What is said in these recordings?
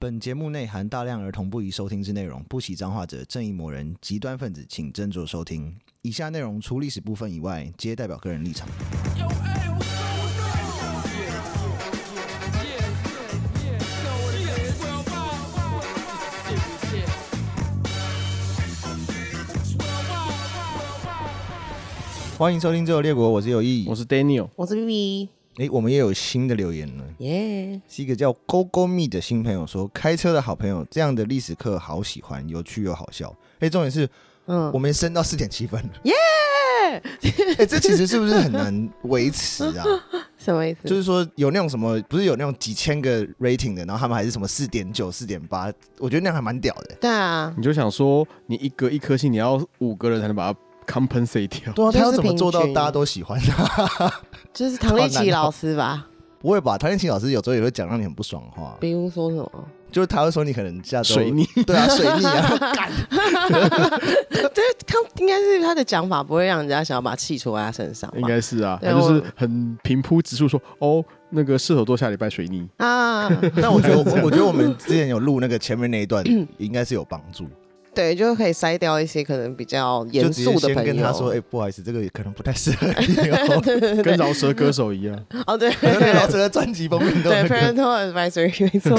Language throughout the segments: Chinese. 本节目内含大量儿童不宜收听之内容，不喜脏话者、正义魔人、极端分子，请斟酌收听。以下内容除历史部分以外，皆代表个人立场。欢迎收听《最后列国》，我是有意我。是 Daniel，我是 B B，诶，我们也有新的留言了。耶！是一个叫 GoGo Me 的新朋友说，开车的好朋友，这样的历史课好喜欢，有趣又好笑。哎、重点是嗯我，们升到四点七分了，耶！哎，这其实是不是很难维持 啊？什么意思？就是说有那种什么，不是有那种几千个 rating 的，然后他们还是什么四点九、四点八，我觉得那样还蛮屌的、对啊，你就想说，你一个一颗星，你要五个人才能把它 compensate 掉。对啊，他要怎么做到就是平均大家都喜欢他？就是唐立奇老师吧？不会吧？唐建奇老师有时候也会讲让你很不爽的话，比如说什么？就是他会说你可能下周水，泥， 对啊，水逆啊，干对，看应该是他的讲法不会让人家想要把气出在他身上吧？应该是啊，对他就是我很平铺直述说，哦，那个射手座下礼拜水泥，啊，那我觉得我，我觉得我们之前有录那个前面那一 段，应该是有帮助。对，就可以筛掉一些可能比较就严直肃接的先朋跟他说：“哎、友。不好意思，这个可能不太适合你哦。跟饶舌歌手一 样。哦，对可能对 对老师的专辑封面都 那个。 ，parental advisory 没错。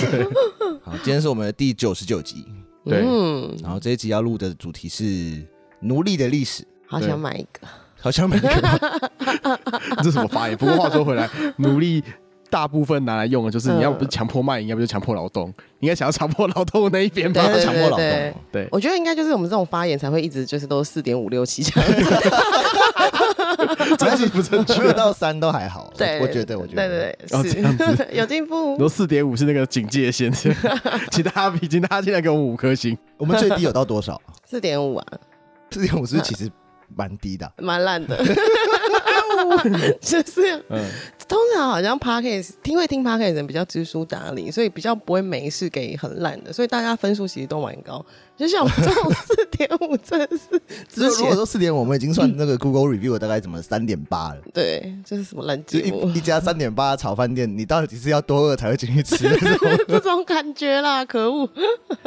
好，今天是我们的第九十九集，对嗯，然后这一集要录的主题是奴隶的历史，好想买一个。好像没有 这什么发言？不过话说回来，奴隶大部分拿来用的就是，嗯你要不是强迫卖淫，要不就强迫劳动，应该想要强迫劳动那一边吧对？对强迫劳动对哦。对，我觉得应该就是我们这种发言才会一直就是都四点五六七这样子。专辑不正确，二到三都还好。对， 我觉得，我觉得，对对哦对，这样子是 有进步你。说四点五是那个警戒线， 请大家，请大家进来给我们五颗 星。我们最低有到多 少？四点五啊，四点五是不是其实蛮低的啊、蛮 烂的， 就是嗯，通常好像 podcast 听会听 podcast 的人比较知书达理，所以比较不会没事给很烂的，所以大家分数其实都蛮高。就像我们这种四点五，真的是只有 如之果前说四点，我们已经算那 个 Google review 大概怎么三点八了。对，就是什么烂就节目一一家三点八炒饭店，你到底是要多饿才会进去吃？ 这种感觉啦，可恶！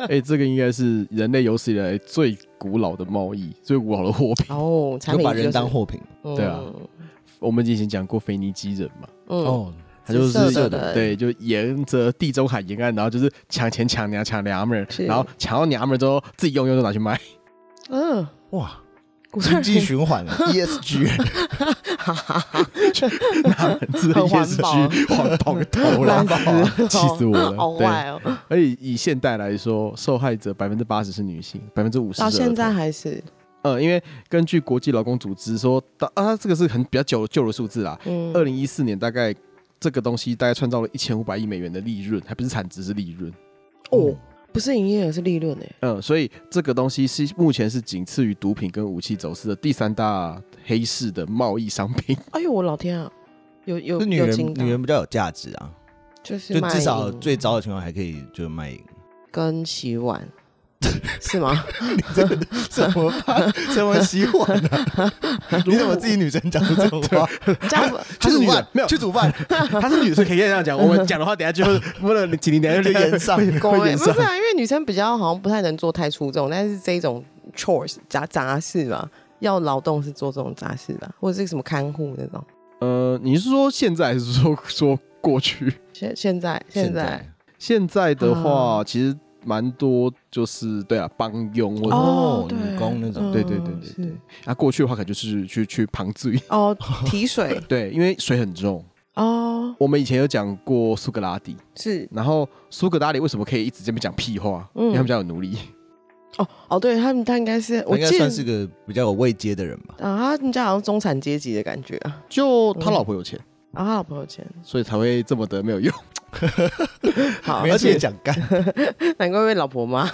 哎，这个应该是人类有史以来最古老的贸易，最古老的货品。哦，产就品把人当货品就是对啊我们以前讲过腓尼基人嘛，嗯，嗯，哦，他就紫是色的对，就沿着地中海沿岸，然后就是抢钱、抢娘、抢娘们儿，是然后抢到娘们儿之后自己用用就拿去卖。 嗯，哇，古代 经济人循环 E ESG，自很环保去环保个 头啦烂，死 了，气死我了！ 好对，坏哦，而且以现代来说，受害者百分之八十是女性，百分之五十到现在，还是呃，因为根据国际劳工组织说，到啊，这个是很比较久旧的数字啦。嗯二零一四年大概这个东西大概创造了一千五百亿美元的利润，还不是产值是利润。哦，不是营业额是利润欸诶，嗯，所以这个东西是目前是仅次于毒品跟武器走私的第三大黑市的贸易商 品。哎呦，我老天啊！有有就女有人惊到女人比较有价值啊，就是就卖至少淫最糟的情况还可以就卖 淫。跟洗 碗是吗？怎么办？怎么洗碗 呢？你怎么 自己女生讲出这种 话？这样不去是煮女人饭没，有去煮饭， 她是女生，可以这样讲。我们讲的话，等下就会为了几年，等下 就就延上。 狗会妹演不上是。啊，因为女生比较好像不太能做太出众，但是这种 chores 杂杂事嘛，要劳动是做这种杂事吧，或者是什么看护那种。呃，你是说现在还是说 说过去？现现在 现在现在的话，其实蛮多，就是对啊，帮佣或者、哦对女工那种嗯对对对对对是啊，过去的话可能就是去去旁醉。哦，提水 对，因为水很重。哦，我们以前有讲过苏格拉底，是然后苏格拉底为什么可以一直这么讲屁话？因为他们家有奴隶。哦哦，对他们他应该是我我应该记得算是个比较有位阶的人吧。啊，他们家好像中产阶级的感觉啊，就他老婆有钱，啊，他老婆有钱，所以才会这么的没有用。好没，有而且且讲干，难怪被老婆骂，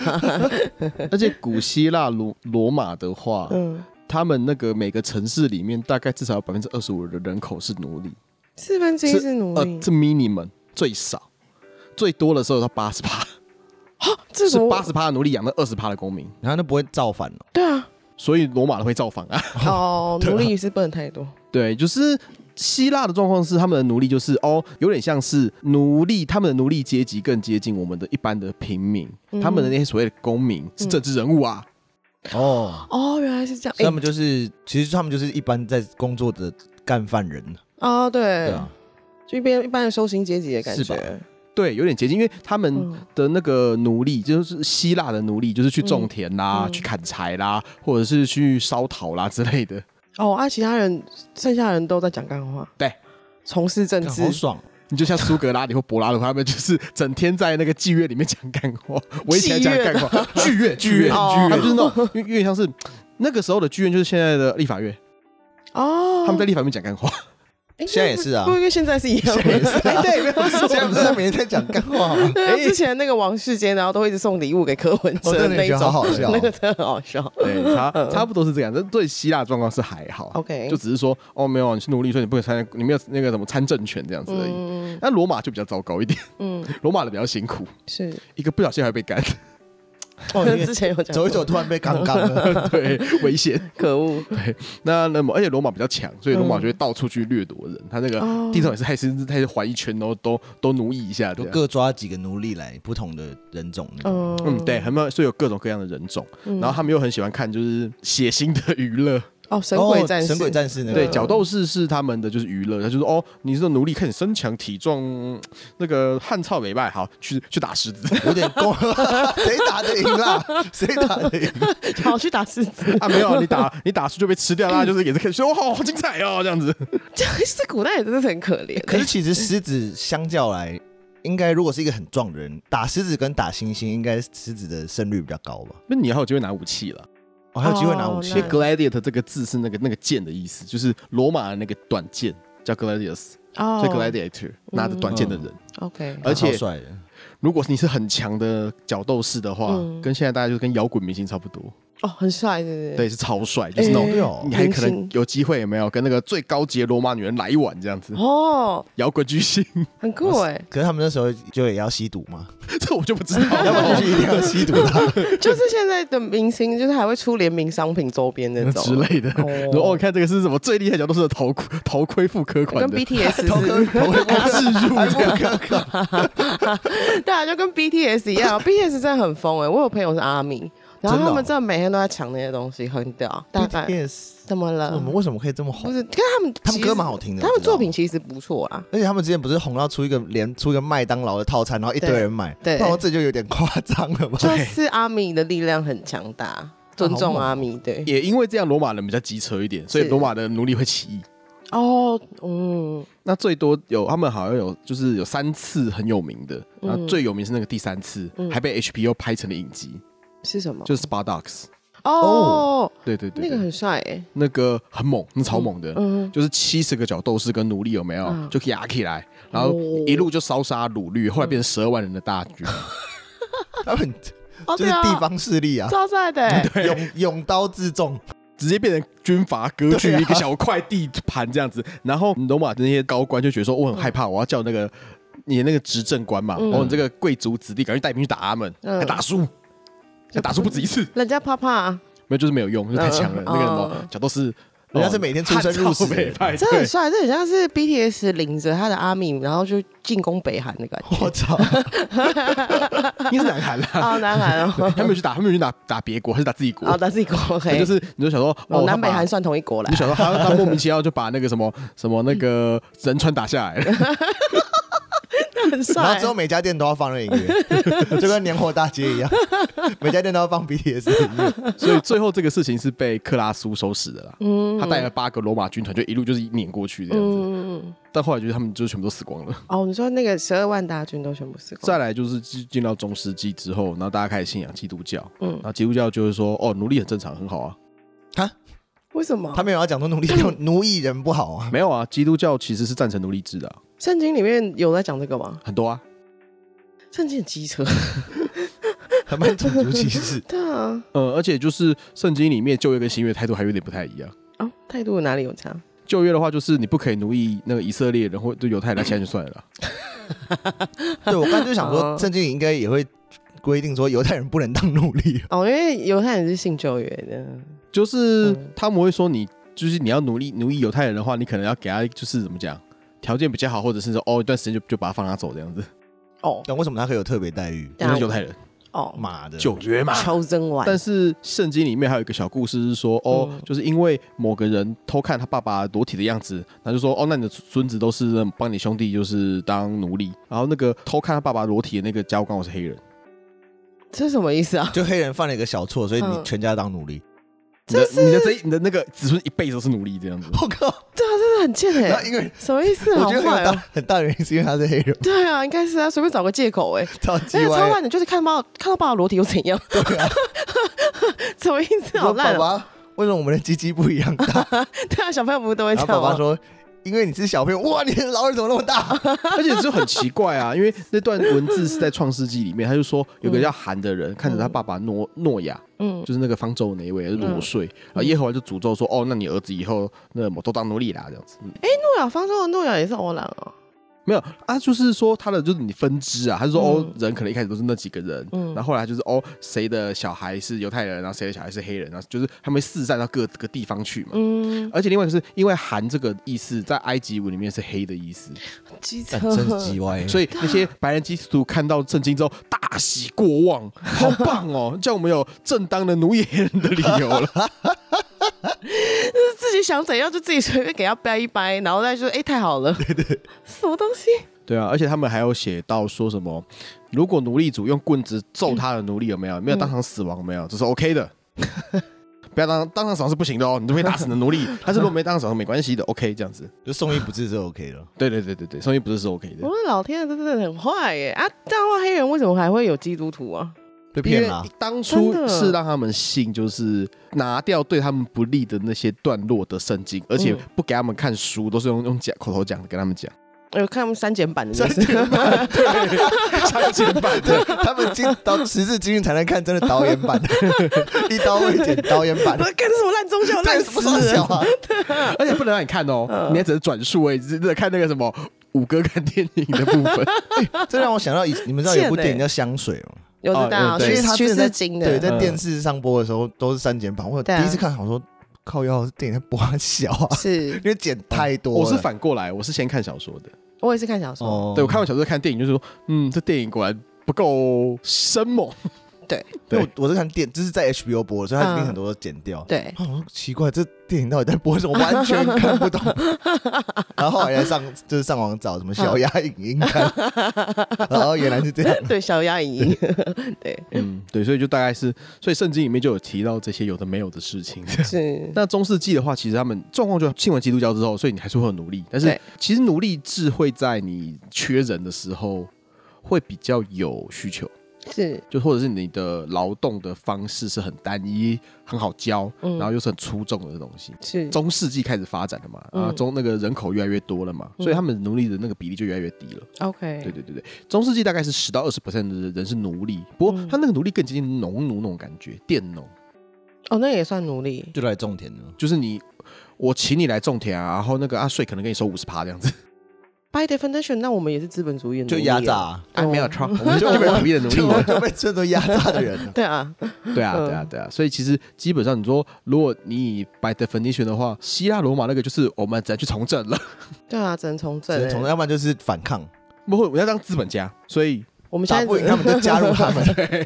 而且古希腊罗罗马的话，嗯。他们那个每个城市里面大概至少有百分之二十五的人口是奴隶，四分之一是奴呃隶，，这 minimum 最少，最多的时候到八十趴，呃这是种八十趴的奴隶养到二十趴的公民，然后那不会造反哦。对啊， 哦所以罗马人会造反啊。哦，奴隶是不能太多，对，就是希腊的状况是，他们的奴隶就是哦，有点像是奴隶，他们的奴隶阶级更接近我们的一般的平民，嗯他们的那些所谓的公民是政治人物啊，哦，哦，原来是这样。所以哎、他们就是，其实他们就是一般在工作的干饭人，哦，对，对啊，就一边一般的收薪阶级的感是吧觉。对，有点接近，因为他们嗯的那个奴隶就是希腊的奴隶，就是去种田啦、嗯嗯去砍柴啦，或者是去烧陶啦之类的。哦，啊，其他人剩下的人都在讲干话，对，从事政干治好。爽，你就像苏格拉底或柏拉图，他们就是整天在那个妓院里面讲干话，围起来讲干话，剧院剧院哦剧院，他们就是那种，因为有点像是那个时候的剧院，就是现在的立法院，哦，他们在立法院讲干 话。哎现在也是啊不不跟现在是一样也是的。啊，对，不要说， 现在不是每天在讲干话吗？ 对啊，之前那个王世坚，然后都会一直送礼物给柯文哦哲真的那一觉得种，好好笑 那个真的很好笑。对，差 差不多是这样。但对希腊的状况是还好 OK 嗯就只是说哦，没有，你是奴隶，所以你不能参加，你没有那个什么参政权这样子而已。嗯那罗马就比较糟糕一点， 嗯，罗马的比较辛苦，是，一个不小心还会被干，哦因为 之前有讲过走一走，，突然被杠杠 了， 对，危险。可恶，那那么，而且罗马比较强，所以罗马就会到处去掠夺人。他那个哦地上也是还是还是环一圈，然后都都奴役一下这就样，各抓几个奴隶来，不同的人种那种。嗯嗯，对，很多，所以有各种各样的人种。然后他们又很喜欢看就是血腥的娱乐，哦，神鬼哦战士，神鬼战士那个对，角斗士是他们的就是娱乐，他就说哦，你这个奴隶看你身强体壮，嗯那个汗臭美败，好去去打狮子 有点够， 谁打得赢 啦？谁打得赢？好去打狮子，啊，没有你打你打输就被吃掉啦，就是也是可以说哦，好好精彩哦这样子，这 这古代也真的是很可怜。 可是其实狮子相较来，应该如果是一个很壮的人，打狮子跟打猩猩，应该狮子的胜率比较高吧？那你还有机会拿武器了。哦，还有机会拿武器因对为 gladiator 这个字是那个那个剑的意思，就是罗马的那个短剑叫 gladius，哦嗯所以 gladiator 拿着短剑的人。 OK，而且超帅的，如果你是很强的角斗士的话，嗯跟现在大家就跟摇滚明星差不多，哦，很帅，对不对？对，是超帅，就是那种、哎你还可明能星有机会有没有跟那个最高级的罗马女人来一碗这样子，哦，摇滚巨星， 很酷哎，可是他们那时候就也要吸毒 嘛，这我就不知道 要不然了就是一定要吸毒的。就是现在的明星，就是还会出联名商品周边那种之类的。然后哦哦，你看这个是什么最厉害的角斗士的头盔头盔复刻款 跟的， BTS 头是 哥，头哥自入这个，对啊，就跟 BTS 一 样，BTS 真的很疯哎、我有朋友是阿米，然后真的哦他们真的每天都在抢那些东西，很屌。 大概 BTS，怎么了我？们为什么可以这么不红？是，跟他们他们其实歌蛮好听的他我们知道作品其实不错啊。而且他们之前不是红到出一个连出一个麦当劳的套餐，然后一堆人买，对对那我这就有点夸张了吧？就是阿米的力量很强大，尊重哦阿米对。 也因为这样罗马人比较机车一点，所以是罗马的奴隶会起义。哦，嗯，那最多有他们好像有就是有三次很有名的，嗯然后最有名是那个第三次，还被 HBO 拍成了影集，是什么？就是 Spa Dogs。哦，对对对那对个很帅哎、那个很猛，那超猛的，嗯就是七十个角斗士跟奴隶有没有、嗯就压起来，然后哦一路就烧杀掳掠，后来变成十二万人的大 军。 他们哦就对是啊，地方势力 啊，超帅的、欸，用用刀自重，直接变成军阀割据对啊一个小块地盘这样子，然后罗马的那些高官就觉得说我很害怕，我要叫那个你那个执政官嘛，嗯哦你这个贵族子弟赶快带兵去打他们，嗯还打输，还打输不止一次，人家怕怕、啊，没有就是没有用，就太强了。嗯那个什么哦角斗士，人家是每天出生入死的哦北派，这很对，帅，这很像是 BTS 领着他的阿米，然后就进攻北韩的感觉。我操！你是南 韩啦， 哦，南 韩哦。他们有去打，他们有去打打别国，还是打自己国哦，？但是一国 OK，那就是你就想说，哦哦，，南北他把韩算同一国啦你。想说他他莫名其妙就把那个什么什么那个仁川打下来嗯了，然后很帅之 后每家店都要放那个音乐，就 跟年货大街一样，每家店都要放 BTS 的音哦乐。所以最后这个事情是被克拉苏收拾的啦。嗯嗯他带了八个罗马军团，就一路就是碾过去这样子。但后来就是他们就全部都死光了。嗯哦，你说那个十二万大军都全部死光，再来就是进进到中世纪之后，然后大家开始信仰基督教，嗯，然后基督教就是说，哦，奴隶很正常，很好啊。他为什么他？没有要讲说奴隶就奴役人不好啊， 没有啊，基督教其实是赞成奴隶制的啊、圣经里面有在讲这个吗？很多啊。圣经很机车，。还蛮种族歧视 对啊，呃，而且就是圣经里面旧约跟新约态度还有点不太一样。哦，态度哪里有差？旧约的话，就是你不可以奴役那个以色列人或对犹太人，现在就算了啦。对我刚才就想说，哦圣经里应该也会规定说犹太人不能当奴隶。哦，因为犹太人是信旧约的，就是嗯他们会说你就是你要奴隶奴役犹太人的话，你可能要给他就是怎么讲，条件比较好，或者是说哦一段时间就就把他放他走这样子，哦但为什么他可以有特别待遇？对因为啊是犹太人哦，妈的，九约嘛。求真完，但是圣经里面还有一个小故事是说，哦，嗯就是因为某个人偷看他爸爸裸体的样子，他就说，哦，那你的孙子都是帮你兄弟就是当奴隶，然后那个偷看他爸爸裸体的那个家务刚好是黑人，这是什么意思啊？ 就黑人犯了一个小错，所以你嗯全家当奴隶。 你的你的这一你的那个子孙一辈子都是奴隶这样子。我靠！对啊，真的很贱哎、然后因为什么意思？我好觉得很坏大哦。很大原因是因为他是黑人，对啊，应该是啊，随便找个借口哎、超级而且超歪。烂的，就是看到看到爸爸裸体又怎 样？ 什么意思？好说烂啊爸啊！爸，为什么我们的鸡鸡不一样大？对啊，小朋友不是都会这然后爸样爸吗？说，因为你是小朋友，哇，你的老二怎么那么大？ 而且就很奇怪啊，因为那段文字是在《创世纪》里面，他就说有个叫韩的人看着他爸爸诺诺亚，嗯就是那个方舟的那一位，就裸睡，然后耶和华就诅咒说：“哦，那你儿子以后那么都当奴隶啦。”这样子，嗯诺亚方舟的诺亚也是欧兰哦。没有啊，就是说他的就是你分支啊，他就说、嗯哦，人可能一开始都是那几个人，嗯然后后来就是哦，谁的小孩是犹太人，然后谁的小孩是黑人，然后就是他们四散到各个地方去嘛。嗯，而且另外一个是因为“韩”这个意思在埃及文里面是黑的意思，机车干哎真是鸡歪。所以那些白人基督徒看到圣经之后大喜过望，好棒哦！ 叫我们有正当的奴役黑人的理由了。 就是自己想怎样就自己随便给他掰一掰，然后再就哎、太好 了，对对，什么东西？对啊，而且他们还有写到说什么，如果奴隶主用棍子揍他的奴隶有没有？没有当场死亡有没有？这是 OK 的。不要当当场死亡是不行的哦，你就被打死你的奴隶。但是如果没当场死亡没关系的，OK 这样子。就送医不治就 OK 了。对对对对对，送医不是是 OK 的我，的老天啊，这真的很坏耶！啊，这样的话黑人为什么还会有基督徒啊？被因骗为了啊，当初真的是让他们信，就是拿掉对他们不利的那些段落的圣经，而且嗯不给他们看书，都是用用讲口头讲的跟他们讲。有看他们删减版的，就是删减版对，相亲版对他们今到时至今日才能看真的导演版，一刀未剪导演版不，是 干这什么烂宗教，烂对，死什么了小！啊？而且不能让你看哦，你也只能转述而已，只能看那个什么五哥看电影的部分。这让我想到以你们知道有部贱欸电影叫《香水》吗？有的大哦啊，对因为去他去之前是在金对，的，在电视上播的时候都是删减版，我对啊第一次看好说靠腰这电影在播很小啊， 是因为剪太多了。我是反过来，我是先看小说的。我也是看小说，哦对我看完小说再看电影，就是说，嗯，这电影果然不够生猛。因为我我是看电，就是在 HBO 播的，所以它一定嗯很多都剪掉。对，我说奇怪，这电影到底在播什么？完 全看不懂。然后后来在上就是上网找什嗯么小鸭影音 看，然后原来是这样。对，小鸭影音，对，嗯，对，所以就大概是，所以圣经里面就有提到这些有的没有的事情。是，那中世纪的话，其实他们状况就信完基督教之后，所以你还是会有奴隶，但是对其实奴隶制会在你缺人的时候会比较有需求。是，就或者是你的劳动的方式是很单一、很好教，嗯然后又是很出众的东西。是，中世纪开始发展了嘛，嗯啊，中那个人口越来越多了嘛，嗯所以他们奴隶的那个比例就越来越低了。对 OK，对对对，中世纪大概是十到二十 percent 的人是奴隶，不过嗯他那个奴隶更接近农奴那种感觉，佃农，哦，那也算努力， 就来种田了，就是你我请你来种田啊，然后那个啊税可能给你收五十趴这样哦子， By definition，那我们也是资本主义的奴就隶压啊榨、啊，啊没有哦错，我们就基本主义的奴 就隶 我。就被称作压榨的人了。对啊，对啊，对啊，对啊，所以其实基本上你说，如果你以 by definition 的话，希腊罗马那个就是我们只能去从政了， 对啊，只能从只政能从，欸。要不然就是反抗，不会，我们要当资本家，所以我们现打在不赢他们 就加入他们。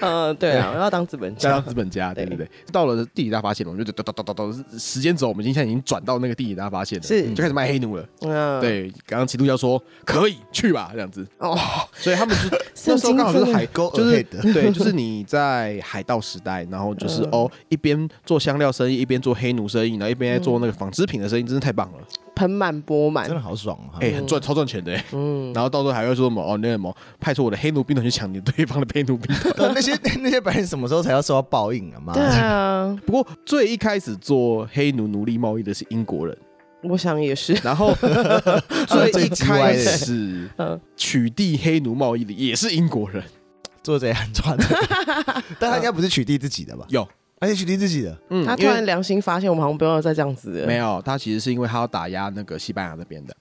呃，对啊，我要当资本要家当。资本家，对对对对。到了地理大发现，我们就哒哒哒哒哒，时间轴我们已经现在已经转到那个地理大发现了，是就开始卖黑奴了。嗯，对，刚刚基督教说可以去吧，这样子，哦，所以他们 就那圣时候经刚好就是真的海，Go 就是 ahead 对，就是你在海盗时代，然后就是嗯哦，一边做香料生意，一边做黑奴生意，然后一边在做那个纺织品的生意，真是太棒了。盆满钵满 真，的好爽啊！哎、很赚，超赚钱的、欸。嗯，然后到时候还会说什么哦，那什么派出我的黑奴兵团去抢你对方的黑奴兵团。对那些 那些白人什么时候才要受到报应啊？妈的！对啊，不过最一开始做黑奴奴隶贸易的是英国人，我想也是，然 后最一最鸡歪开的始嗯，取缔黑奴贸易的也是英国人。做贼很抓 的，但他应该不是取缔自己的吧？有，而且取缔自己的，嗯他突因为然良心发现，我们好像不要再这样子了。没有，他其实是因为他要打压那个西班牙那边 的。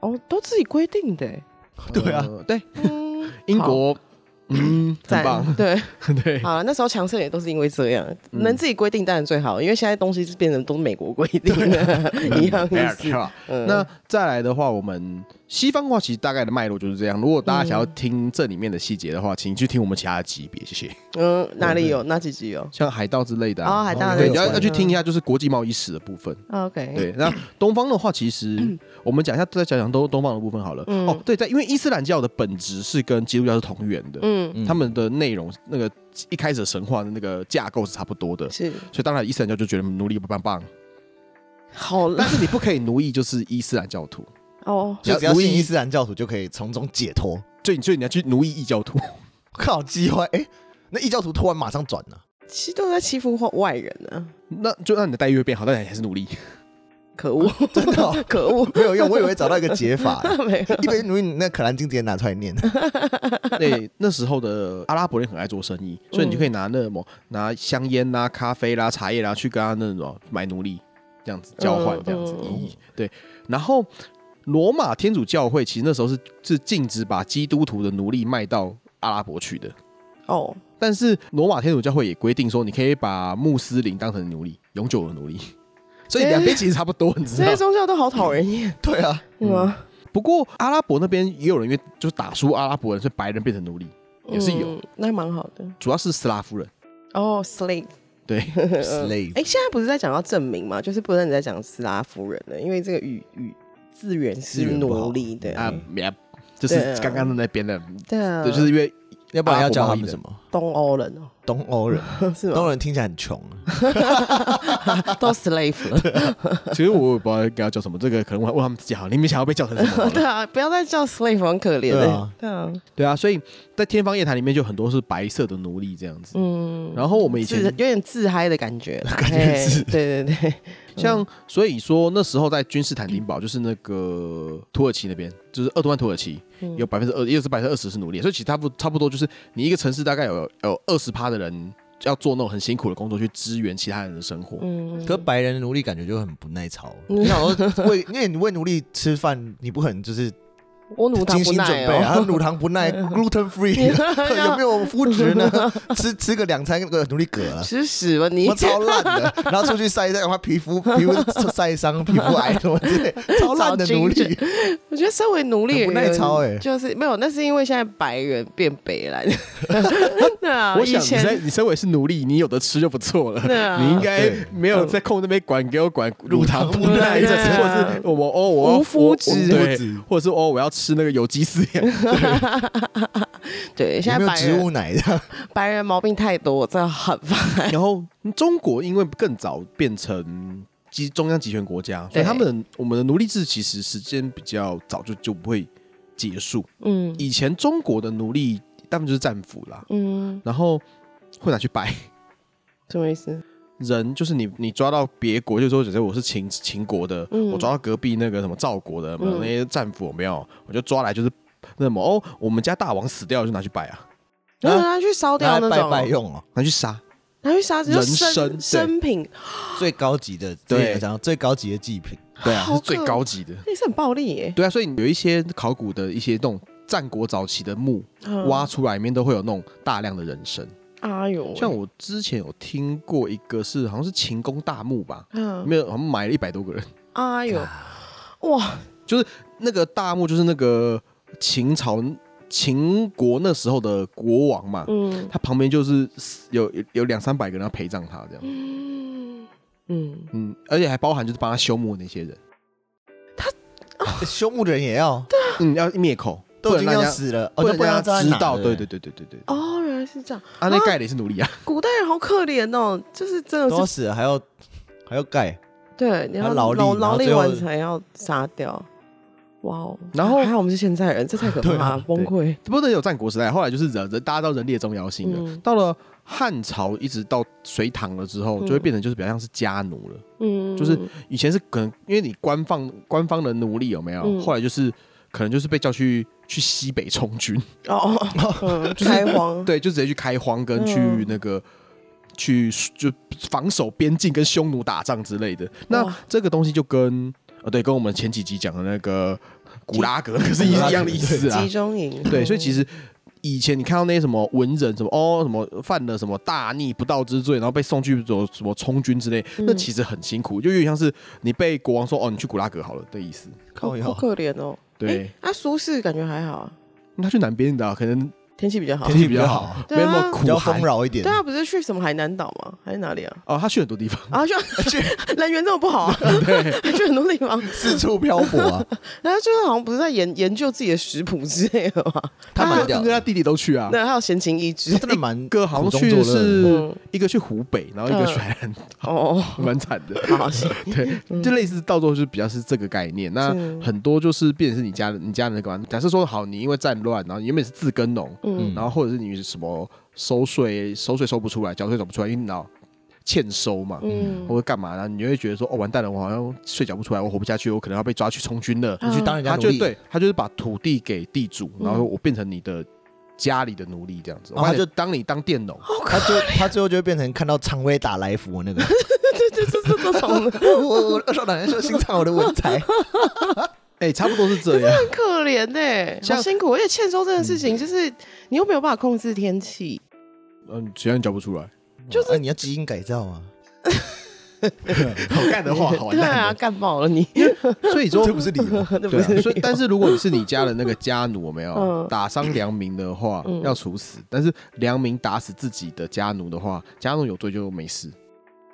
哦，都自己规定的欸。对啊呃对，嗯英国 嗯，很赞，棒，对， 对， 好了，那时候强盛也都是因为这样，嗯能自己规定当然最好，因为现在东西是变成都是美国规定的， 一嗯样没意有思。嗯错。那再来的话，我们西方话其实大概的脉络就是这样。如果大家想要听这里面的细节的话，请去听我们其他的级别，谢谢。嗯，哪里有哪几集有像海盗之类的哦啊，海盗对，类你要的要去听一下，就是国际贸易史的部分。嗯？OK，对，那东方的话，其 实我们讲一下，再讲讲东东方的部分好了。嗯哦，对，在因为伊斯兰教的本质是跟基督教是同源的，嗯，他们的内容那个一开始的神话的那个架构是差不多的，是所以当然伊斯兰教就觉得奴隶不棒棒，好 但烂是你不可以奴役就是伊斯兰教徒，哦，要就只要奴役信伊斯兰教徒就可以从中解脱。所以所以你要去奴役异教徒，靠，鸡歪！哎、那异教徒突然马上转了、其实都在欺负外人啊，那就让你的待遇会变好，但你还是奴隶。可 恶，真的哦、可恶，没有用。我以为找到一个解法、没有，一杯奴役那可兰经直接拿出来念，对，那时候的阿拉伯人很爱做生意，所以你就可以拿那什么拿香烟啦、咖啡啦、茶叶啦去跟他那种买奴隶，这样子交换嗯，这样子嗯意义。对，然后罗马天主教会其实那时候是是禁止把基督徒的奴隶卖到阿拉伯去的， 哦，但是罗马天主教会也规定说，你可以把穆斯林当成奴隶，永久的奴隶。所以两边其实差不多，你知这道些吗？宗教都好讨人厌，对 啊，嗯是吗？不过阿拉伯那边也有人因为就是打输阿拉伯人，所以白人变成奴隶，也是有，嗯，那蛮好的主要是斯拉夫人。哦，slave。对， slave 哎，现在不是在讲到证明嘛，就是不能再讲斯拉夫人了，因为这个语语字源是字源不好奴隶的啊，没，就对是啊刚刚的那边的，对啊，对，就是因为 要不然要教他们什么？东欧人哦，东欧人，是东吗？欧人听起来很穷，啊都 slave 了，其实我也不知道该要叫什么，这个可能我问他们自己好，你们想要被叫成什么好对了？ 啊，不要再叫 slave 很可怜对的啊，对啊，对啊，所以在天方夜谭里面就很多是白色的奴隶这样子。嗯，然后我们以自有前点自嗨的感觉啦，感觉是，对对对，嗯像，所以说那时候在君士坦丁堡，就是那个土耳其那边，就是鄂图曼土耳其，嗯有百分之二，也是百分之二十是奴隶，所以其实差不差不多就是你一个城市大概有有二十趴的人要做那种很辛苦的工作去支援其他人的生活。嗯，可白人奴隶感觉就很不耐操。 你想说为，因为你为奴隶吃饭，你不可能就是我奴他精不心准耐备，然哦，后乳糖不 耐 gluten free，有没有肤质呢？吃吃个两餐那个奴隶嗝了。吃屎吧你我，超烂的， 然后出去晒一晒，把皮肤皮肤晒伤、皮肤癌什么之类，超烂的奴找隶。我觉得身为奴隶很不耐操人欸就是没有，那是因为现在白人变北蓝，对啊，我以想你在前你身为是奴隶，你有的吃就不错了。对啊你应该对没有在空那边管，给我管乳糖不耐对症，啊或者是我我哦我要无麸我质我无麸对质，或者是哦我要吃那个有机饲料。对现有没有在白植人物奶的？白人毛病太多，我真的很烦，然后中国因为更早变成集中央集权国家，所对以他们我们的奴隶制其实时间比较早就就不会结束。 嗯以前中国的奴隶他们就是战俘啦，嗯，然后会拿去掰。什么意思？人就是你，你抓到别国，就说假设我是秦秦国的，嗯我抓到隔壁那个什么赵国的，有没有嗯那些战俘有没有，我就抓来就是那什么哦，我们家大王死掉了就拿去拜啊，然后拿去烧拿掉来那拜种，拜用哦，拿去杀，拿去杀，就人参生对生品，最高级的，对对，然后最高级的祭品。对啊，好是最可高级的，也是很暴力耶，对啊，所以有一些考古的一些那种战国早期的墓嗯挖出来，里面都会有那种大量的人参，哎呦喂，像我之前有听过一个是好像是秦公大墓吧，嗯，没有，好像埋了一百多个人， 哎呦，哇，那个大墓就是那个秦朝秦国那时候的国王嘛，嗯他旁边就是有有有两三百个人要陪葬他这样，嗯，嗯，而且还包含就是帮他修墓的那些人，修墓哎的人也要，嗯，要灭口，都已不经能要让人家死了，哦，不就能不让让他家知知道道，哪，对不对对对对对，哦，原来是这样，啊，那盖的也是奴隶啊，古代人好可怜哦，就是真的都要是死了还要还要盖，对，你要他劳力劳然劳后力最后完才要杀掉，哇哦，然后还好我们是现在人，这太可 怕对了，啊崩溃，不过也有战国时代，后来就是人人大家知道人力的重要性了，嗯到了汉朝一直到隋唐了之后，就会变成就是比较像是家奴了。嗯，就是以前是可能因为你官方官方的奴隶有没有？嗯后来就是可能就是被叫去去西北充 军， 哦，嗯开荒，对，就直接去开荒跟去嗯那个、去就防守边境跟匈奴打仗之类的。那哇这个东西就跟呃对，跟我们前几集讲的那个古拉格可是一 古拉格一样的意思啊集。中营，对，所以其实实。以前你看到那些什么文人什么哦什么犯了什么大逆不道之罪，然后被送去走什么充军之类，嗯那其实很辛苦，就有点像是你被国王说哦你去古拉格好了的意思。好靠腰好可怜哦。对诶，，啊，舒适感觉还好啊，他去南边的啊、可能天气比较好。天气比较好，对没啊那么比苦较丰寒。饶一点对。啊，不是去什么海南岛吗？还是哪里 啊？哦，他去很多地方，啊，就 人缘这么不好、 啊， 去很多地方，四处漂泊啊，然后最后好像不是在研研究自己的食谱之类的吗？他蛮跟屌的他弟弟都去啊。对，还有闲情逸致 他。真的蛮一个好像去苦的中作乐是嗯一个去湖北，然后一个去海南 岛，哦，蛮惨的。 好行，对，就类似到最后就是比较是这个概念。那嗯是很多就是变成是你家人，你家人在干嘛？假设说好，你因为战乱，然后你原本是自耕农，嗯然后或者是你什么收税，收税收不出来，缴税缴不出来，因为你老欠收嘛，嗯，或者干嘛，然后你就会觉得说，哦，完蛋了，我好像税缴不出来，我活不下去，我可能要被抓去充军了。啊你去当人家他奴就隶，对他就是把土地给地主，嗯然后我变成你的家里的奴隶这样子，然哦后他我把你就当你当佃农。他就他最后就会变成看到常威打来福那个，对对，这这这 种的 我我我二少奶奶说欣赏我的文采，哎、差不多是这样。很 可怜哎，好欸像辛苦，而且欠收这件事情，就是你又没有办法控制天气，嗯，虽然缴不出来， 就是、你要基因改造啊，好干的话，好完 对蛋啊，了。干爆了你，所以说，这不是理 由。这不对、啊，是所以但是如果你是你家的那个家奴，有没有嗯打伤良民的话，嗯要处死；但是良民打死自己的家奴的话，家奴有罪就没事，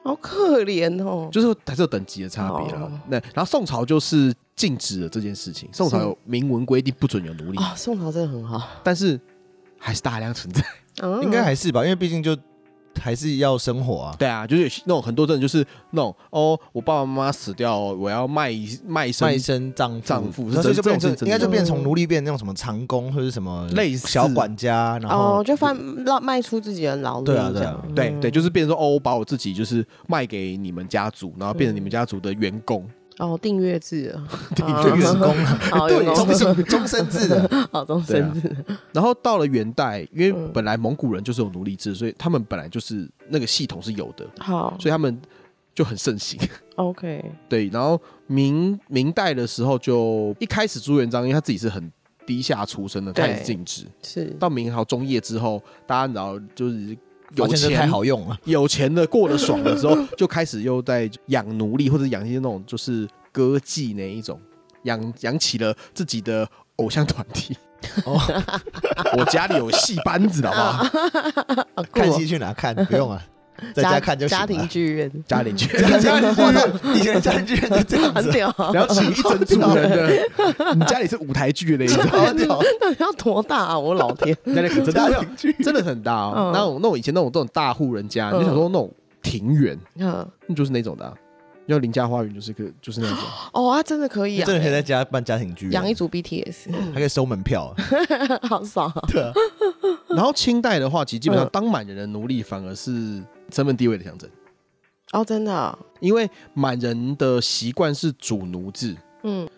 好可怜哦，就是还是有等级的差别哦了。那然后宋朝就是禁止了这件事情，宋朝是有明文规定不准有奴隶，啊，宋朝真的很好，但是还是大量存在。 嗯应该还是吧，因为毕竟就还是要生活啊。对啊，就是有那种很多真的就是那种哦，我爸爸妈妈死掉，哦我要卖卖身卖身葬父，葬父是那所以就真变这成种是真应该就的变成从奴隶变那种什么长工或者什么类似小管家，然后哦，就贩卖卖出自己的劳力，对啊这样对啊对嗯对，就是变成说哦，我把我自己就是卖给你们家族，然后变成你们家族的员工，哦，订阅制 了，订就员工啊，好，对员，工终身终身制的， 好终对身啊制，然后到了元代，因为本来蒙古人就是有奴隶制，所以他们本来就是那个系统是有的，好所以他们就很盛行。 ，OK，对，然后明明代的时候就一开始朱元璋，因为他自己是很低下出身的，他也是对禁止。是到明朝中叶之后，大家你知道就是有 有钱钱太好用了。有钱的过得爽了之后，就开始又在养奴隶或者养一些那种就是歌妓那一种，养养起了自己的偶像团体。哦， 我家里有戏班子的，好不好？啊，看过戏去哪看？不用 啊，在哦家看就行家了。庭剧院， 家里去， 家家庭剧院， 以前的家庭剧院就这样很子，屌，然后请一整组人 的，你家里是舞台剧的那一 种，好屌。 到底要多大啊？我 老天，家里可 真家的庭剧真的很大哦。嗯嗯那种那种以前那种这种大户人家，你就想说那种庭园，嗯，那就是那种的啊，要林家花园就是个就是 那种。哦，他真的可真以养的可以欸，在家办家庭剧院，嗯养一组 BTS，还可以收门 票。 好爽啊，对啊，然后清代的话，其实基本上嗯当满人的奴隶反而是身份地位的象征，哦，真的啊，因为满人的习惯是主奴制，嗯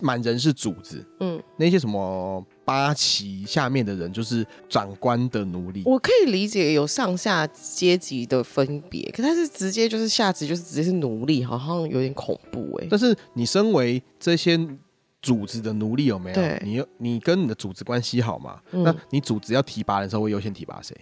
满人是主子，嗯，那些什么八旗下面的人就是长官的奴隶。我可以理解有上下阶级的分别，可他是直接就是下级，就是直接是奴隶，好像有点恐怖哎。但是你身为这些组织的奴隶有没有对？你你跟你的组织关系好嘛？嗯那你组织要提拔的时候会优先提拔 谁？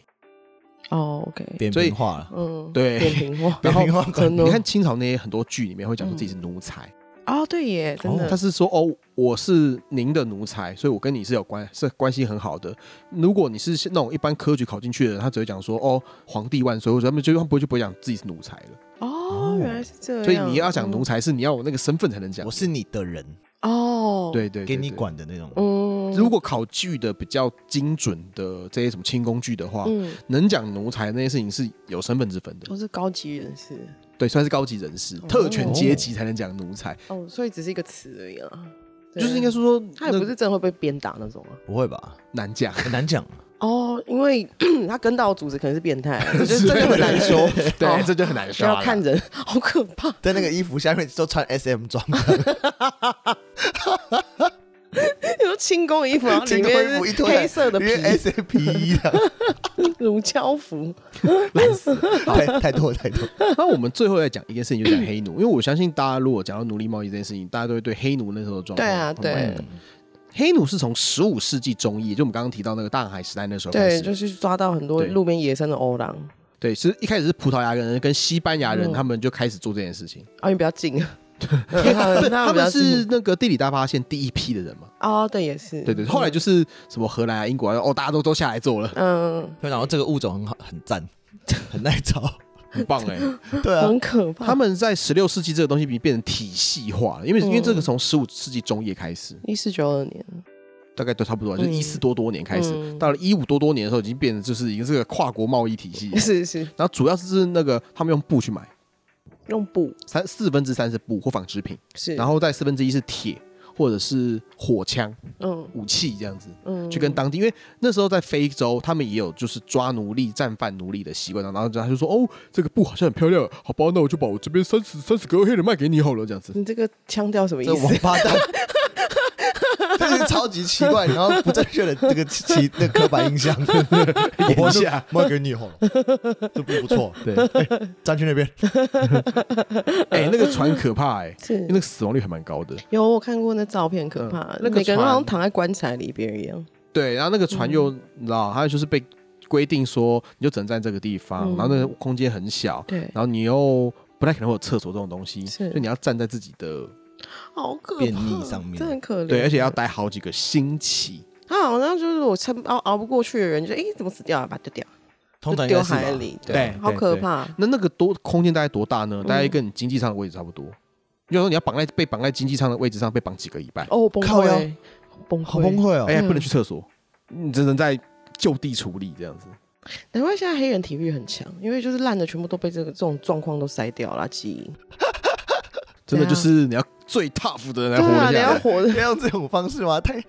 哦，OK，扁所以平化了，嗯，对 扁平化，扁平化管真的你看清朝那些很多剧里面会讲说自己是奴才，哦，对耶，真的他是说哦，我是您的奴才，所以我跟你是有关是 关系很好的。如果你是那种一般科举考进去的人，他只会讲说哦，皇帝万岁，或者他们就他们不会就不会讲自己是奴才了。哦，原来是这样。所以你要讲奴才是你要有那个身份才能讲我。是你的人，嗯哦，，对对，给对你。对管的那种。嗯，如果考据的比较精准的这些什么清宫剧的话，嗯，哦能讲奴才那些事情是有身份之分的，都是高级人士对，算是高级人士、特权阶级才能讲奴才，哦，所以只是一个词而已啦。对就是应该说说他也不是真的会被鞭打那种啊。不会吧？难讲。很难讲。哦，因为 他跟到的组织可能是变态， 我觉得这就很难说。哦对，这就很难说了。要看人，好可怕。在那个衣服下面都穿 S M 装，你说清宫衣服，然后里结果衣面服一是脱黑色的皮，哎 S M 皮衣的， 乳胶服。烂死。太太多太多。那我们最后再讲一件事情，就讲哦黑奴，因为我相信大家如果讲到奴隶贸易这件事情，大家都会对黑奴那时候的状况啊对啊，对，黑奴是从十五世纪中叶，就我们刚刚提到那个大航海时代那时候开对，始，就是抓到很多对路边野生的欧狼，对，是一开始是葡萄牙人跟西班牙人，嗯他们就开始做这件事情。啊，你比较近啊， 因为他们他比较们近是那个地理大发现第一批的人嘛？哦，对，也是，对对，后来就是什么荷兰啊、英国啊，哦，大家都都下来做 了，嗯，然后这个物种很好，很赞，很耐找。很棒欸哎、对啊，很可怕。他们在十六世纪这个东西已经变成体系化了，因为、嗯因为这个从十五世纪中叶开始，一四九二年大概都差不多吧，就嗯一四多多年开始，嗯到了一五多多年的时候，已经变成就是一个这个跨国贸易体 系。是是然后主要是那个他们用布去买，用布三四分之三是布或纺织品，是，然后再四分之一是铁或者是火枪嗯武器这样子。嗯，去跟当地，因为那时候在非洲，他们也有就是抓奴隶、战犯奴隶的习惯，然后他就说：“哦，这个布好像很漂亮，好吧，那我就把我这边三十三十个黑 人卖给你好了。”这样 子，你这个腔调什么意这王思？八 蛋，这是超级奇怪，然后不正确的这个奇那刻板印 象。我一下卖给你好了，这不不错。对， 站去那边，哎、那个船可怕哎、因为那 是个死亡率还蛮高的。有我看过那照片，可怕，那个每个人好像船躺在棺材里边一样。对，然后那个船又、你知道，它就是被规定说你就只能在这个地方，嗯然后那个空间很小，对然后你又不太可能会有厕所这种东西，是所以你要站在自己的好可怕，便溺上面真的很可怜。对，而且要待好几个星期。他好像就是我撑熬熬不过去的人，就哎、诶怎么死掉了，把它丢掉，通常就应该丢是吧海里，对好可怕。那那个多空间大概多大呢？嗯大概跟你经济舱的位置差不多。就说你要绑在被绑在经济舱的位置上被绑几个礼拜，哦，我崩靠腰溃，崩溃，好崩。溃哦哎、！呀，嗯不能去厕所，你只能在就地处理这样子。难怪现在黑人体育很强，因为就是烂的全部都被这个这种状况都筛掉了基因。真的对啊就是你要最 tough 的人来对活啊，得你下要来。 活的不要用这种方式吗？太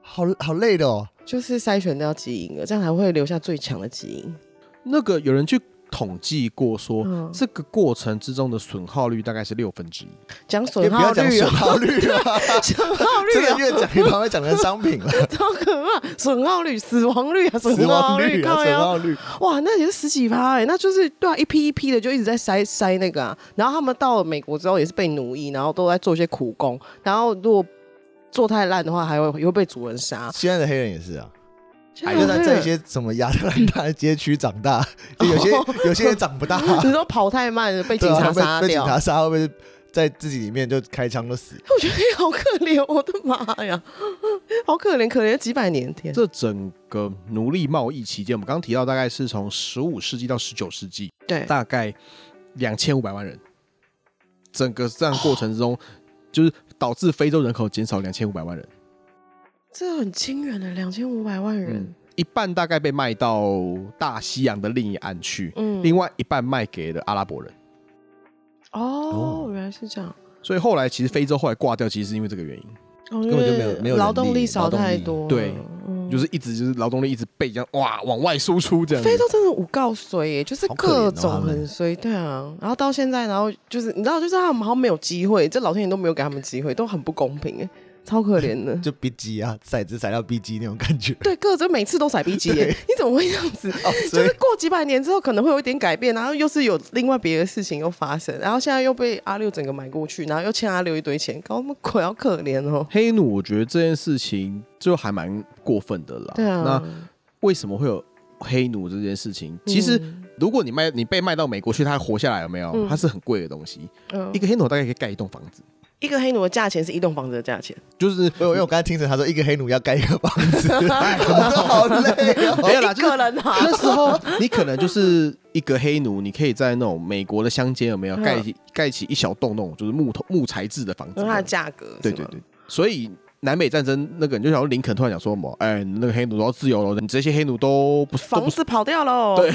好好累的哦。就是筛选掉基因了，这样才会留下最强的基因。那个有人去统计过说，嗯这个过程之中的损耗率大概是六分之一。讲也损不要耗讲率损哦，耗率啊， 损耗真率的啊，越讲越旁边讲成商品了，超可怕！损耗率、 死亡率啊，死损亡耗率啊，靠损腰耗率。哇，那也是十几趴哎、那就是对啊，一批一批的就一直在筛筛那个啊。然后他们到了美国之后也是被奴役，然后都在做一些苦工。然后如果做太烂的话，还会也会被主人杀。现在的黑人也是啊，还就在这些什么亚特兰大的街区长 大，就有些有些人长不大，你说跑太慢了，被哦警对啊，察他杀被被掉。警察杀会不会在自己里面就开枪就死？ 我觉得好可怜，我的妈呀，好可怜，可怜了几百年天。这整个奴隶贸易期间，我们刚刚提到，大概是从十五世纪到十九世纪，对，大概两千五百万人。整个这样过程之哦中，就是导致非洲人口减少两千五百万人，这很惊人的两千五百万人。一半大概被卖到大西洋的另一岸去，嗯，另外一半卖给了阿拉伯人。哦，原来是这样，所以后来其实非洲后来挂掉，其实是因为这个原因，根本就没有没有人力哦劳动力劳少动力太多了，对嗯就是一直就是劳动力一直被这样哇往外输出这样子。非洲真的五告衰耶，就是好可怜哦各种很衰，对啊。然后到现在，然后就是你知道，就是他们好像没有机会，这老天爷都没有给他们机会，都很不公平耶，超可怜的 。就 B G 啊，骰子骰到 B G 那种感觉。对，各种每次都甩逼机耶，你怎么会这样 子？哦，哦就所以是过几百年之后可能会有一点改变，然后又是有另外别的事情又发生，然后现在又被阿六整个买过去，然后又欠阿六一堆钱，搞什么鬼？好可怜哦。黑奴，我觉得这件事情就还蛮过分的啦。对啊，那为什么会有黑奴这件事情？其实嗯如果你卖你被卖到美国去，他还活下来有没有？嗯它是很贵的东西，嗯一个黑奴大概可以盖一栋房 子，一个黑奴的价钱是一栋房子的价钱，就是因为我刚才听成他说一个黑奴要盖一个房 子，好累哦。没有啦，一就是个 人啊，那时候你可能就是一个黑奴，你可以在那种美国的乡间有没有嗯盖起盖起一小栋那种就是木头木材制的房子然后？它的价格是吗，对对对，所以。南北战争那个，你就想说林肯突然讲说什么？哎，那个黑奴都要自由了，你这些黑奴都不都房不是，子跑掉哦喽。对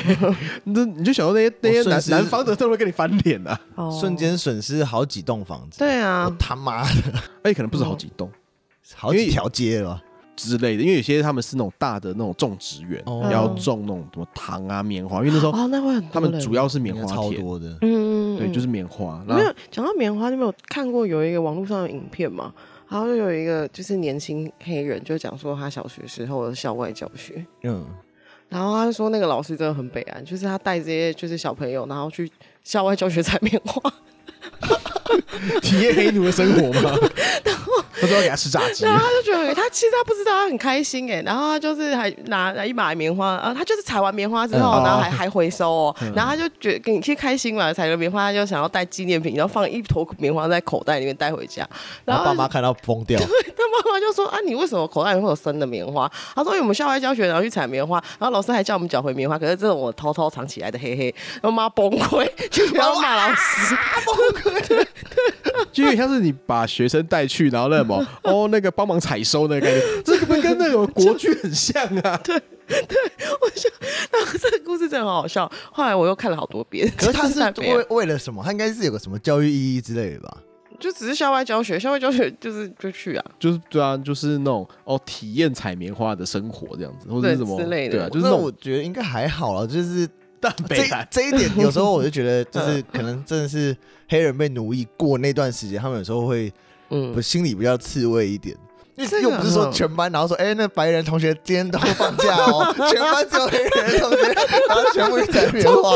那你就想说那些那我些瞬南时南方的都会跟你翻脸 啊！哦 瞬间损失好几栋房子，对我啊，他妈的而且哎可能不止好几栋 好几条街了吧。之类的，因为有些他们是那种大的那种种植园，哦要种那种什么糖啊、棉花，因为那时候哦，那哦会很多他们主要要是棉应该花超田，多 的，嗯对，就是是棉花。然没后有讲到棉花，你没有看过有一个网络上的影片嘛？然后就有一个就是年轻黑人就讲说他小学时候的校外教学，嗯，然后他就说那个老师真的很北岸，就是他带这些就是小朋友，然后去校 外教学采棉花， 体验黑奴的生活嘛。他说要给他吃炸鸡，然啊后他就觉得他其实他不知道，他很开心哎。然后他就是还拿拿一把棉花啊，他就是采完棉花之后，嗯然后哦还还回收哦。然后他就觉得跟你去开心嘛，采了棉花，他就想要带纪念品，然后放一坨棉花在口袋里面带回家。然然后后他爸就妈看到疯掉， 他妈妈就说啊，你为什么口袋里会有生的棉花？他说因为我们校外教学，然后去采棉花，然后老师还叫我们缴回棉花，可是这种我偷偷藏起来的，嘿嘿，然后妈崩溃， 就然后骂老师，就有点像是你把学生带去，然后那什 么，哦，那个帮忙采收那个概念，这个不跟那个国剧很像 啊？然后 这个故事真的很好笑。后来我又看了好多遍， 可是他就是在啊别人为为了什么？他应该是有个什么教育意义之类的吧？就只是校外教学，校外教学就是就去啊，就是对啊，就是那种哦，体验采棉花的生活这样子，或者是什对么之类的对啊，就是那那种我觉得应该还好了，就是蛋这白蛋。这一点，有时候我就觉得，就是可能真的是黑人被奴役过那段时间，他们有时候会嗯不，心里比较刺猬一点。因这为个又不是说全班，然后说，哎，那白人同学今天都放假哦， 全班只有黑人同学，然后全部去采棉花，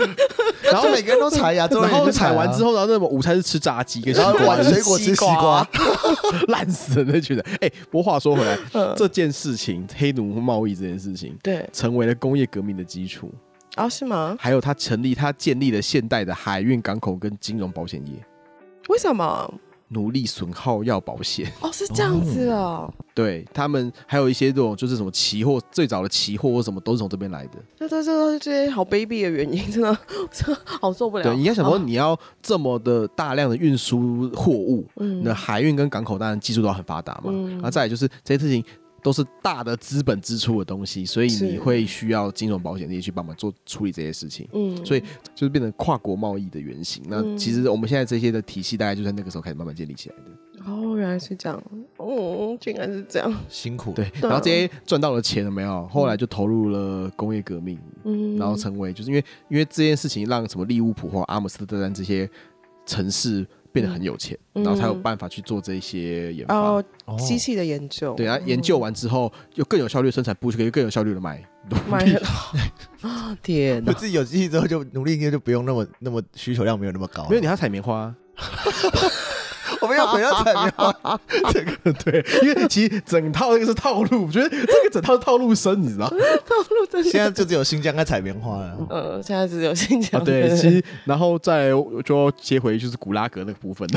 然后每个人都采呀，然后采完之后，后，然后那种午餐是吃炸鸡跟西然后瓜玩，水果吃西瓜， 烂死了那群人。哎、不过话说回来，嗯这件事情黑奴贸易这件事情，对，成为了工业革命的基础，啊是吗？还有它成立、它建立了现代的海运、港口跟金融保险业，为什么？奴隶损耗要保险。 哦，是这样子哦，对他们还有一些这种就是什么期货，最早的期货或什么都是从这边来的。这这这这些好卑鄙的原因，真的真的好受不了。对，你要想说嗯啊，你要这么的大量的运输货物，嗯那海运跟港口当然技术都很发达嘛，嗯然后再来就是这些事情都是大的资本支出的东西，所以是你会需要金融保险这些去帮忙做处理这些事情，嗯所以就是变成跨国贸易的原型。那嗯其实我们现在这些的体系，大概就在那个时候开始慢慢建立起来的。哦，原来是这样，哦，竟然是这样，辛苦，对，对啊然后这些赚到了钱了没有？后来就投入了工业革命，嗯，然后成为就是因为因为这件事情让什么利物浦或阿姆斯特丹这些城市变得很有钱，嗯然后才有办法去做这些研发。哦，哦机器的研究，对，然啊后研究完之后又更有效率地生产，不是可以更有效率的卖。买了，啊 天我哪，自己有记忆之后，就努力应该就不用那么那么需求量没有那么高了。没有你还要采棉花，啊我们要不要采棉花？ 对，因为其实整套那个是套路，我觉得这个整套是套路深，你知道？ 道路真现在的，就只有新疆在采棉花了。呃，现在只有新啊，疆，对，其实然后再就要接回就是古拉格那个部分。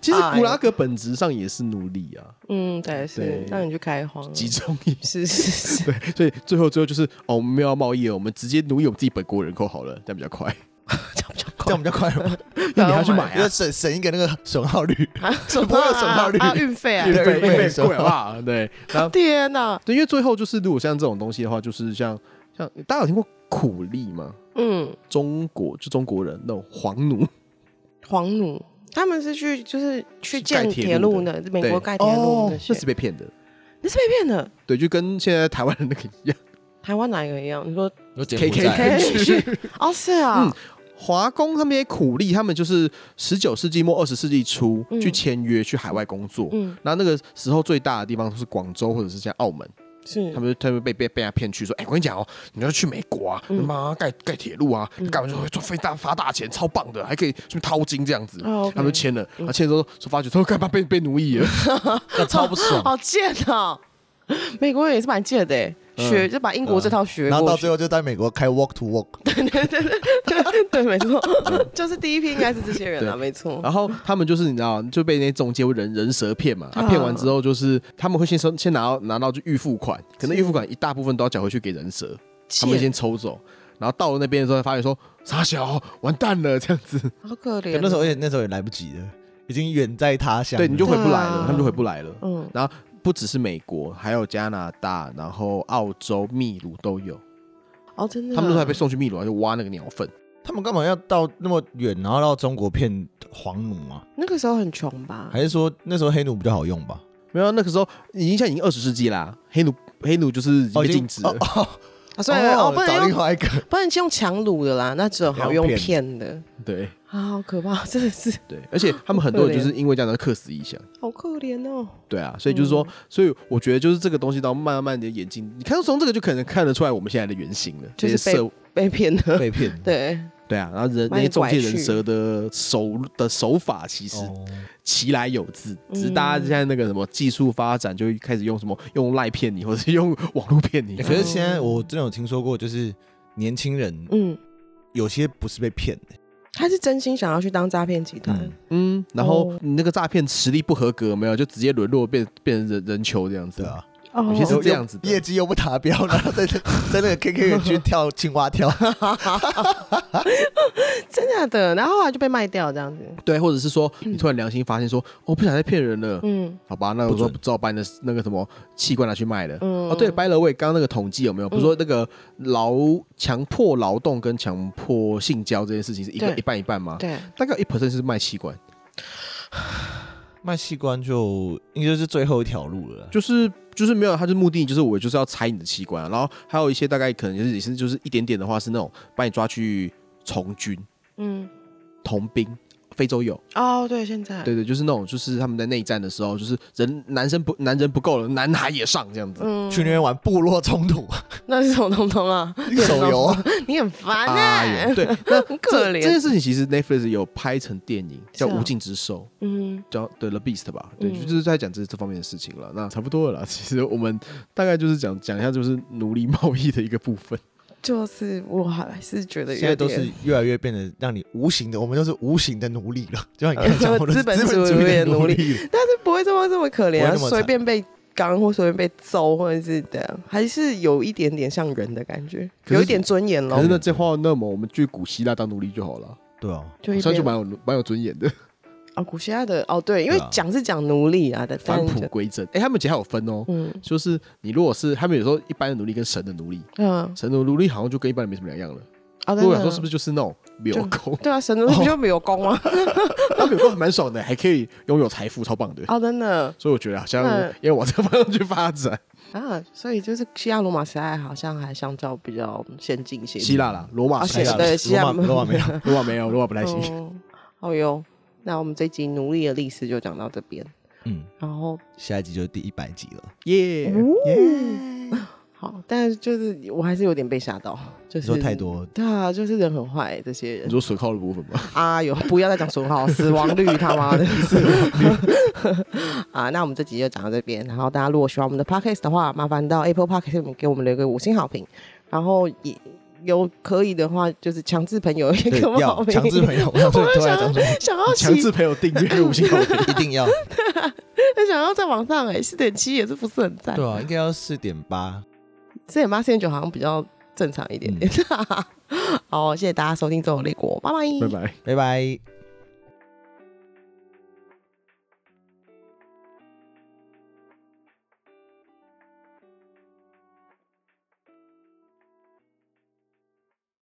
其实古拉格本质上也是奴隶啊，嗯，对，是对让你去开荒，集中营。是是是， 对，所以最后最后就是哦，我们没有要贸易了，我们直接奴役我们自己本国人口好了，这样比较快。这样比较快吗？那 你还要去买要啊？省省一个那个损耗率，啊，这不会有损耗率啊啊运费啊运，运费对运费对贵好不好？对，然后天哪，对，因为最后就是如果像这种东西的话，就是像像大家有听过苦力吗？嗯，中国就中国人那种黄奴，黄奴。他们是去就是去去盖建铁铁路路的呢，美国对哦盖铁路那些那，是被骗的。那是被骗的。对，就跟现在台湾人那个一样。台湾哪一个一样？你说有柬 K 埔 K 寨 K 区， 哦，是啊嗯，华工他们也苦力，他们就是十九世纪末二十世纪初、嗯去签约去海外工作。嗯，然后那个时候最大的地方是广州或者是像澳门，是他们就他们被被被他骗去说，哎、我跟你讲哦，你要去美国啊，嗯妈盖盖铁路啊，盖完之后会赚非大发大钱，超棒的，还可以去掏金这样子。哦，OK 他们就签了，然后签了之后说发觉说干嘛被被奴 役了，啊那超不爽。好贱哦！美国人也是蛮贱的欸，嗯学就把英国这套学然后过到去最。后就在美国开 walk to walk， 对，没错，就是第一批应该是这些人啊，没错。然后嗯他们就是你知道就被那些中介或人人蛇骗嘛，他、啊骗完之后就是他们会先收先拿到拿到就预付款，可能预付款一大部分都要缴回去给人蛇，他们先贱，抽走，然后到了那边的时候才发现说傻小完蛋了这样子，好可怜可哦。那时候而且那时候也来不及了，已经远在他乡了。对你就回不来对啊了，他们就回不来了。嗯，然后不只是美国，还有加拿大，然后澳洲、秘鲁都有，哦，真的啊，他们都还被送去秘鲁，还去挖那个鸟粪。他们干嘛要到那么远，然后到中国骗黄奴啊？那个时候很穷吧？还是说那时候黑奴比较好用吧？没有啊，那个时候已经现在已经二十世纪啦、黑奴黑奴就是已经被禁止了。哦哦啊所以哦，不找能另用，外一个。不能用强掳的啦，那只有好用要骗骗的。对啊，好可怕， 真的是对，而且他们很多人就是因为这样的客死异乡。好可怜哦。对啊，所以就是说，所以我觉得就是这个东西，到慢慢的演进，你看从这个就可能看得出来我们现在的原型了，就是这些社被骗的，被骗， 对，对啊，然后人那把些你中拐介去人蛇的手的手法其实哦其来有自，嗯只是大家现在那个什么技术发展，就开始用什么用赖骗你，或者是用网络 骗你。可是现在我真的有听说过，就是年轻人嗯，有些不是被骗的，他是真心想要去当诈骗集团，嗯，嗯，然后哦你那个诈骗实力不合格，有没有就直接沦落变变成人人球这样子对。啊，哦有些是又这样子的又嗯业绩又不达标，然后在 在那个 KK 园区跳青蛙跳，真的的，然后后来就被卖掉这样子，对，或者是说你突然良心发现说，我不想再骗人了，嗯好吧，那不我说准只好把你的那个什么器官拿去卖了。嗯，哦，对，by the way，刚刚那个统计有没有？不是说那个劳强迫劳动跟强迫性交这件事情是一个对一半一半吗？对，大概一 percent 是卖器官， 卖器官就应该就是最后一条路了。就是就是没有，他就目的就是我就是要拆你的器官啊、然后还有一些大概可能就是也是就是一点点的话是那种把你抓去从军、嗯，童兵。非洲有，哦，对，现在对对，就是那种，就是他们在内战的时候，就是人男生不男人不够了，男孩也上这样子、嗯，去那边玩部落冲 突 那是什么东东啊？ 手游，你很烦啊哎、有对，那 这很这可件怜。事情其实 Netflix 有拍成电影叫是《啊无尽之兽》，嗯，叫对 The Beast 吧，对，嗯就是在讲这这方面的事情了。那差不多了啦，其实我们大概就是讲讲一下就是奴隶贸易的一个部分。就是我还是觉得有现在都是点越来越变得让你无形的，我们都是无形的奴隶了，就像你刚才讲，呃我们都是资本资本主义的的奴隶隶了。但是不会这么这么可怜、不会啊，那么惨随便被刚或随便被揍或者是的，还是有一点点像人的感觉，可是有一点尊严可喽是。呢，这话那么我们去古希腊当奴隶就好了，对 啊，就好一像就边蛮有蛮有尊严的，哦，古希腊的哦，对，因为对啊讲是讲奴隶啊的，但返璞就归真。哎、他们其实还有分哦。嗯就是你如果是他们有时候一般的奴隶跟神的奴隶，嗯，神的奴隶好像就跟一般人没什么两样了。哦，我想说是不真是的哦就是那种 流工，对啊，神奴隶不就没有功吗？他们有工还蛮爽的，还可以拥有财富，超棒的。哦，真的所以我觉得好像那要往这方向去发展。啊，所以就是希腊罗马时代好像还相较比较先进一些。希腊啦，罗马而希且腊，对希罗腊马罗马没有，罗马没有，罗马不太行。哦，好哟。那我们这集奴隶的历史就讲到这边，嗯，然后下一集就是第一百集了。耶、好，但是就是我还是有点被吓到，就你是说太，多，对啊，就是人很坏，这些你人说损耗的部分吗？ 啊，有不要再讲损耗，死亡率他妈的， 啊，那我们这集就讲到这边，然后大家如果喜欢我们的 podcast 的话，麻烦到 Apple Podcast 里面给我们留个五星好评，然后也有可以的话，就是强制朋友 也对给我，们好要评，强制朋 友，我想说你突然讲什么， 想要强洗制朋友订阅五星好评。一定要，但想要在网上哎、欸，四点七也是不是很赞？对啊，应该要四点八，四点八、四点九好像比较嗯 正常一点点。好，谢谢大家收听《周游列国》，拜拜拜拜。拜拜。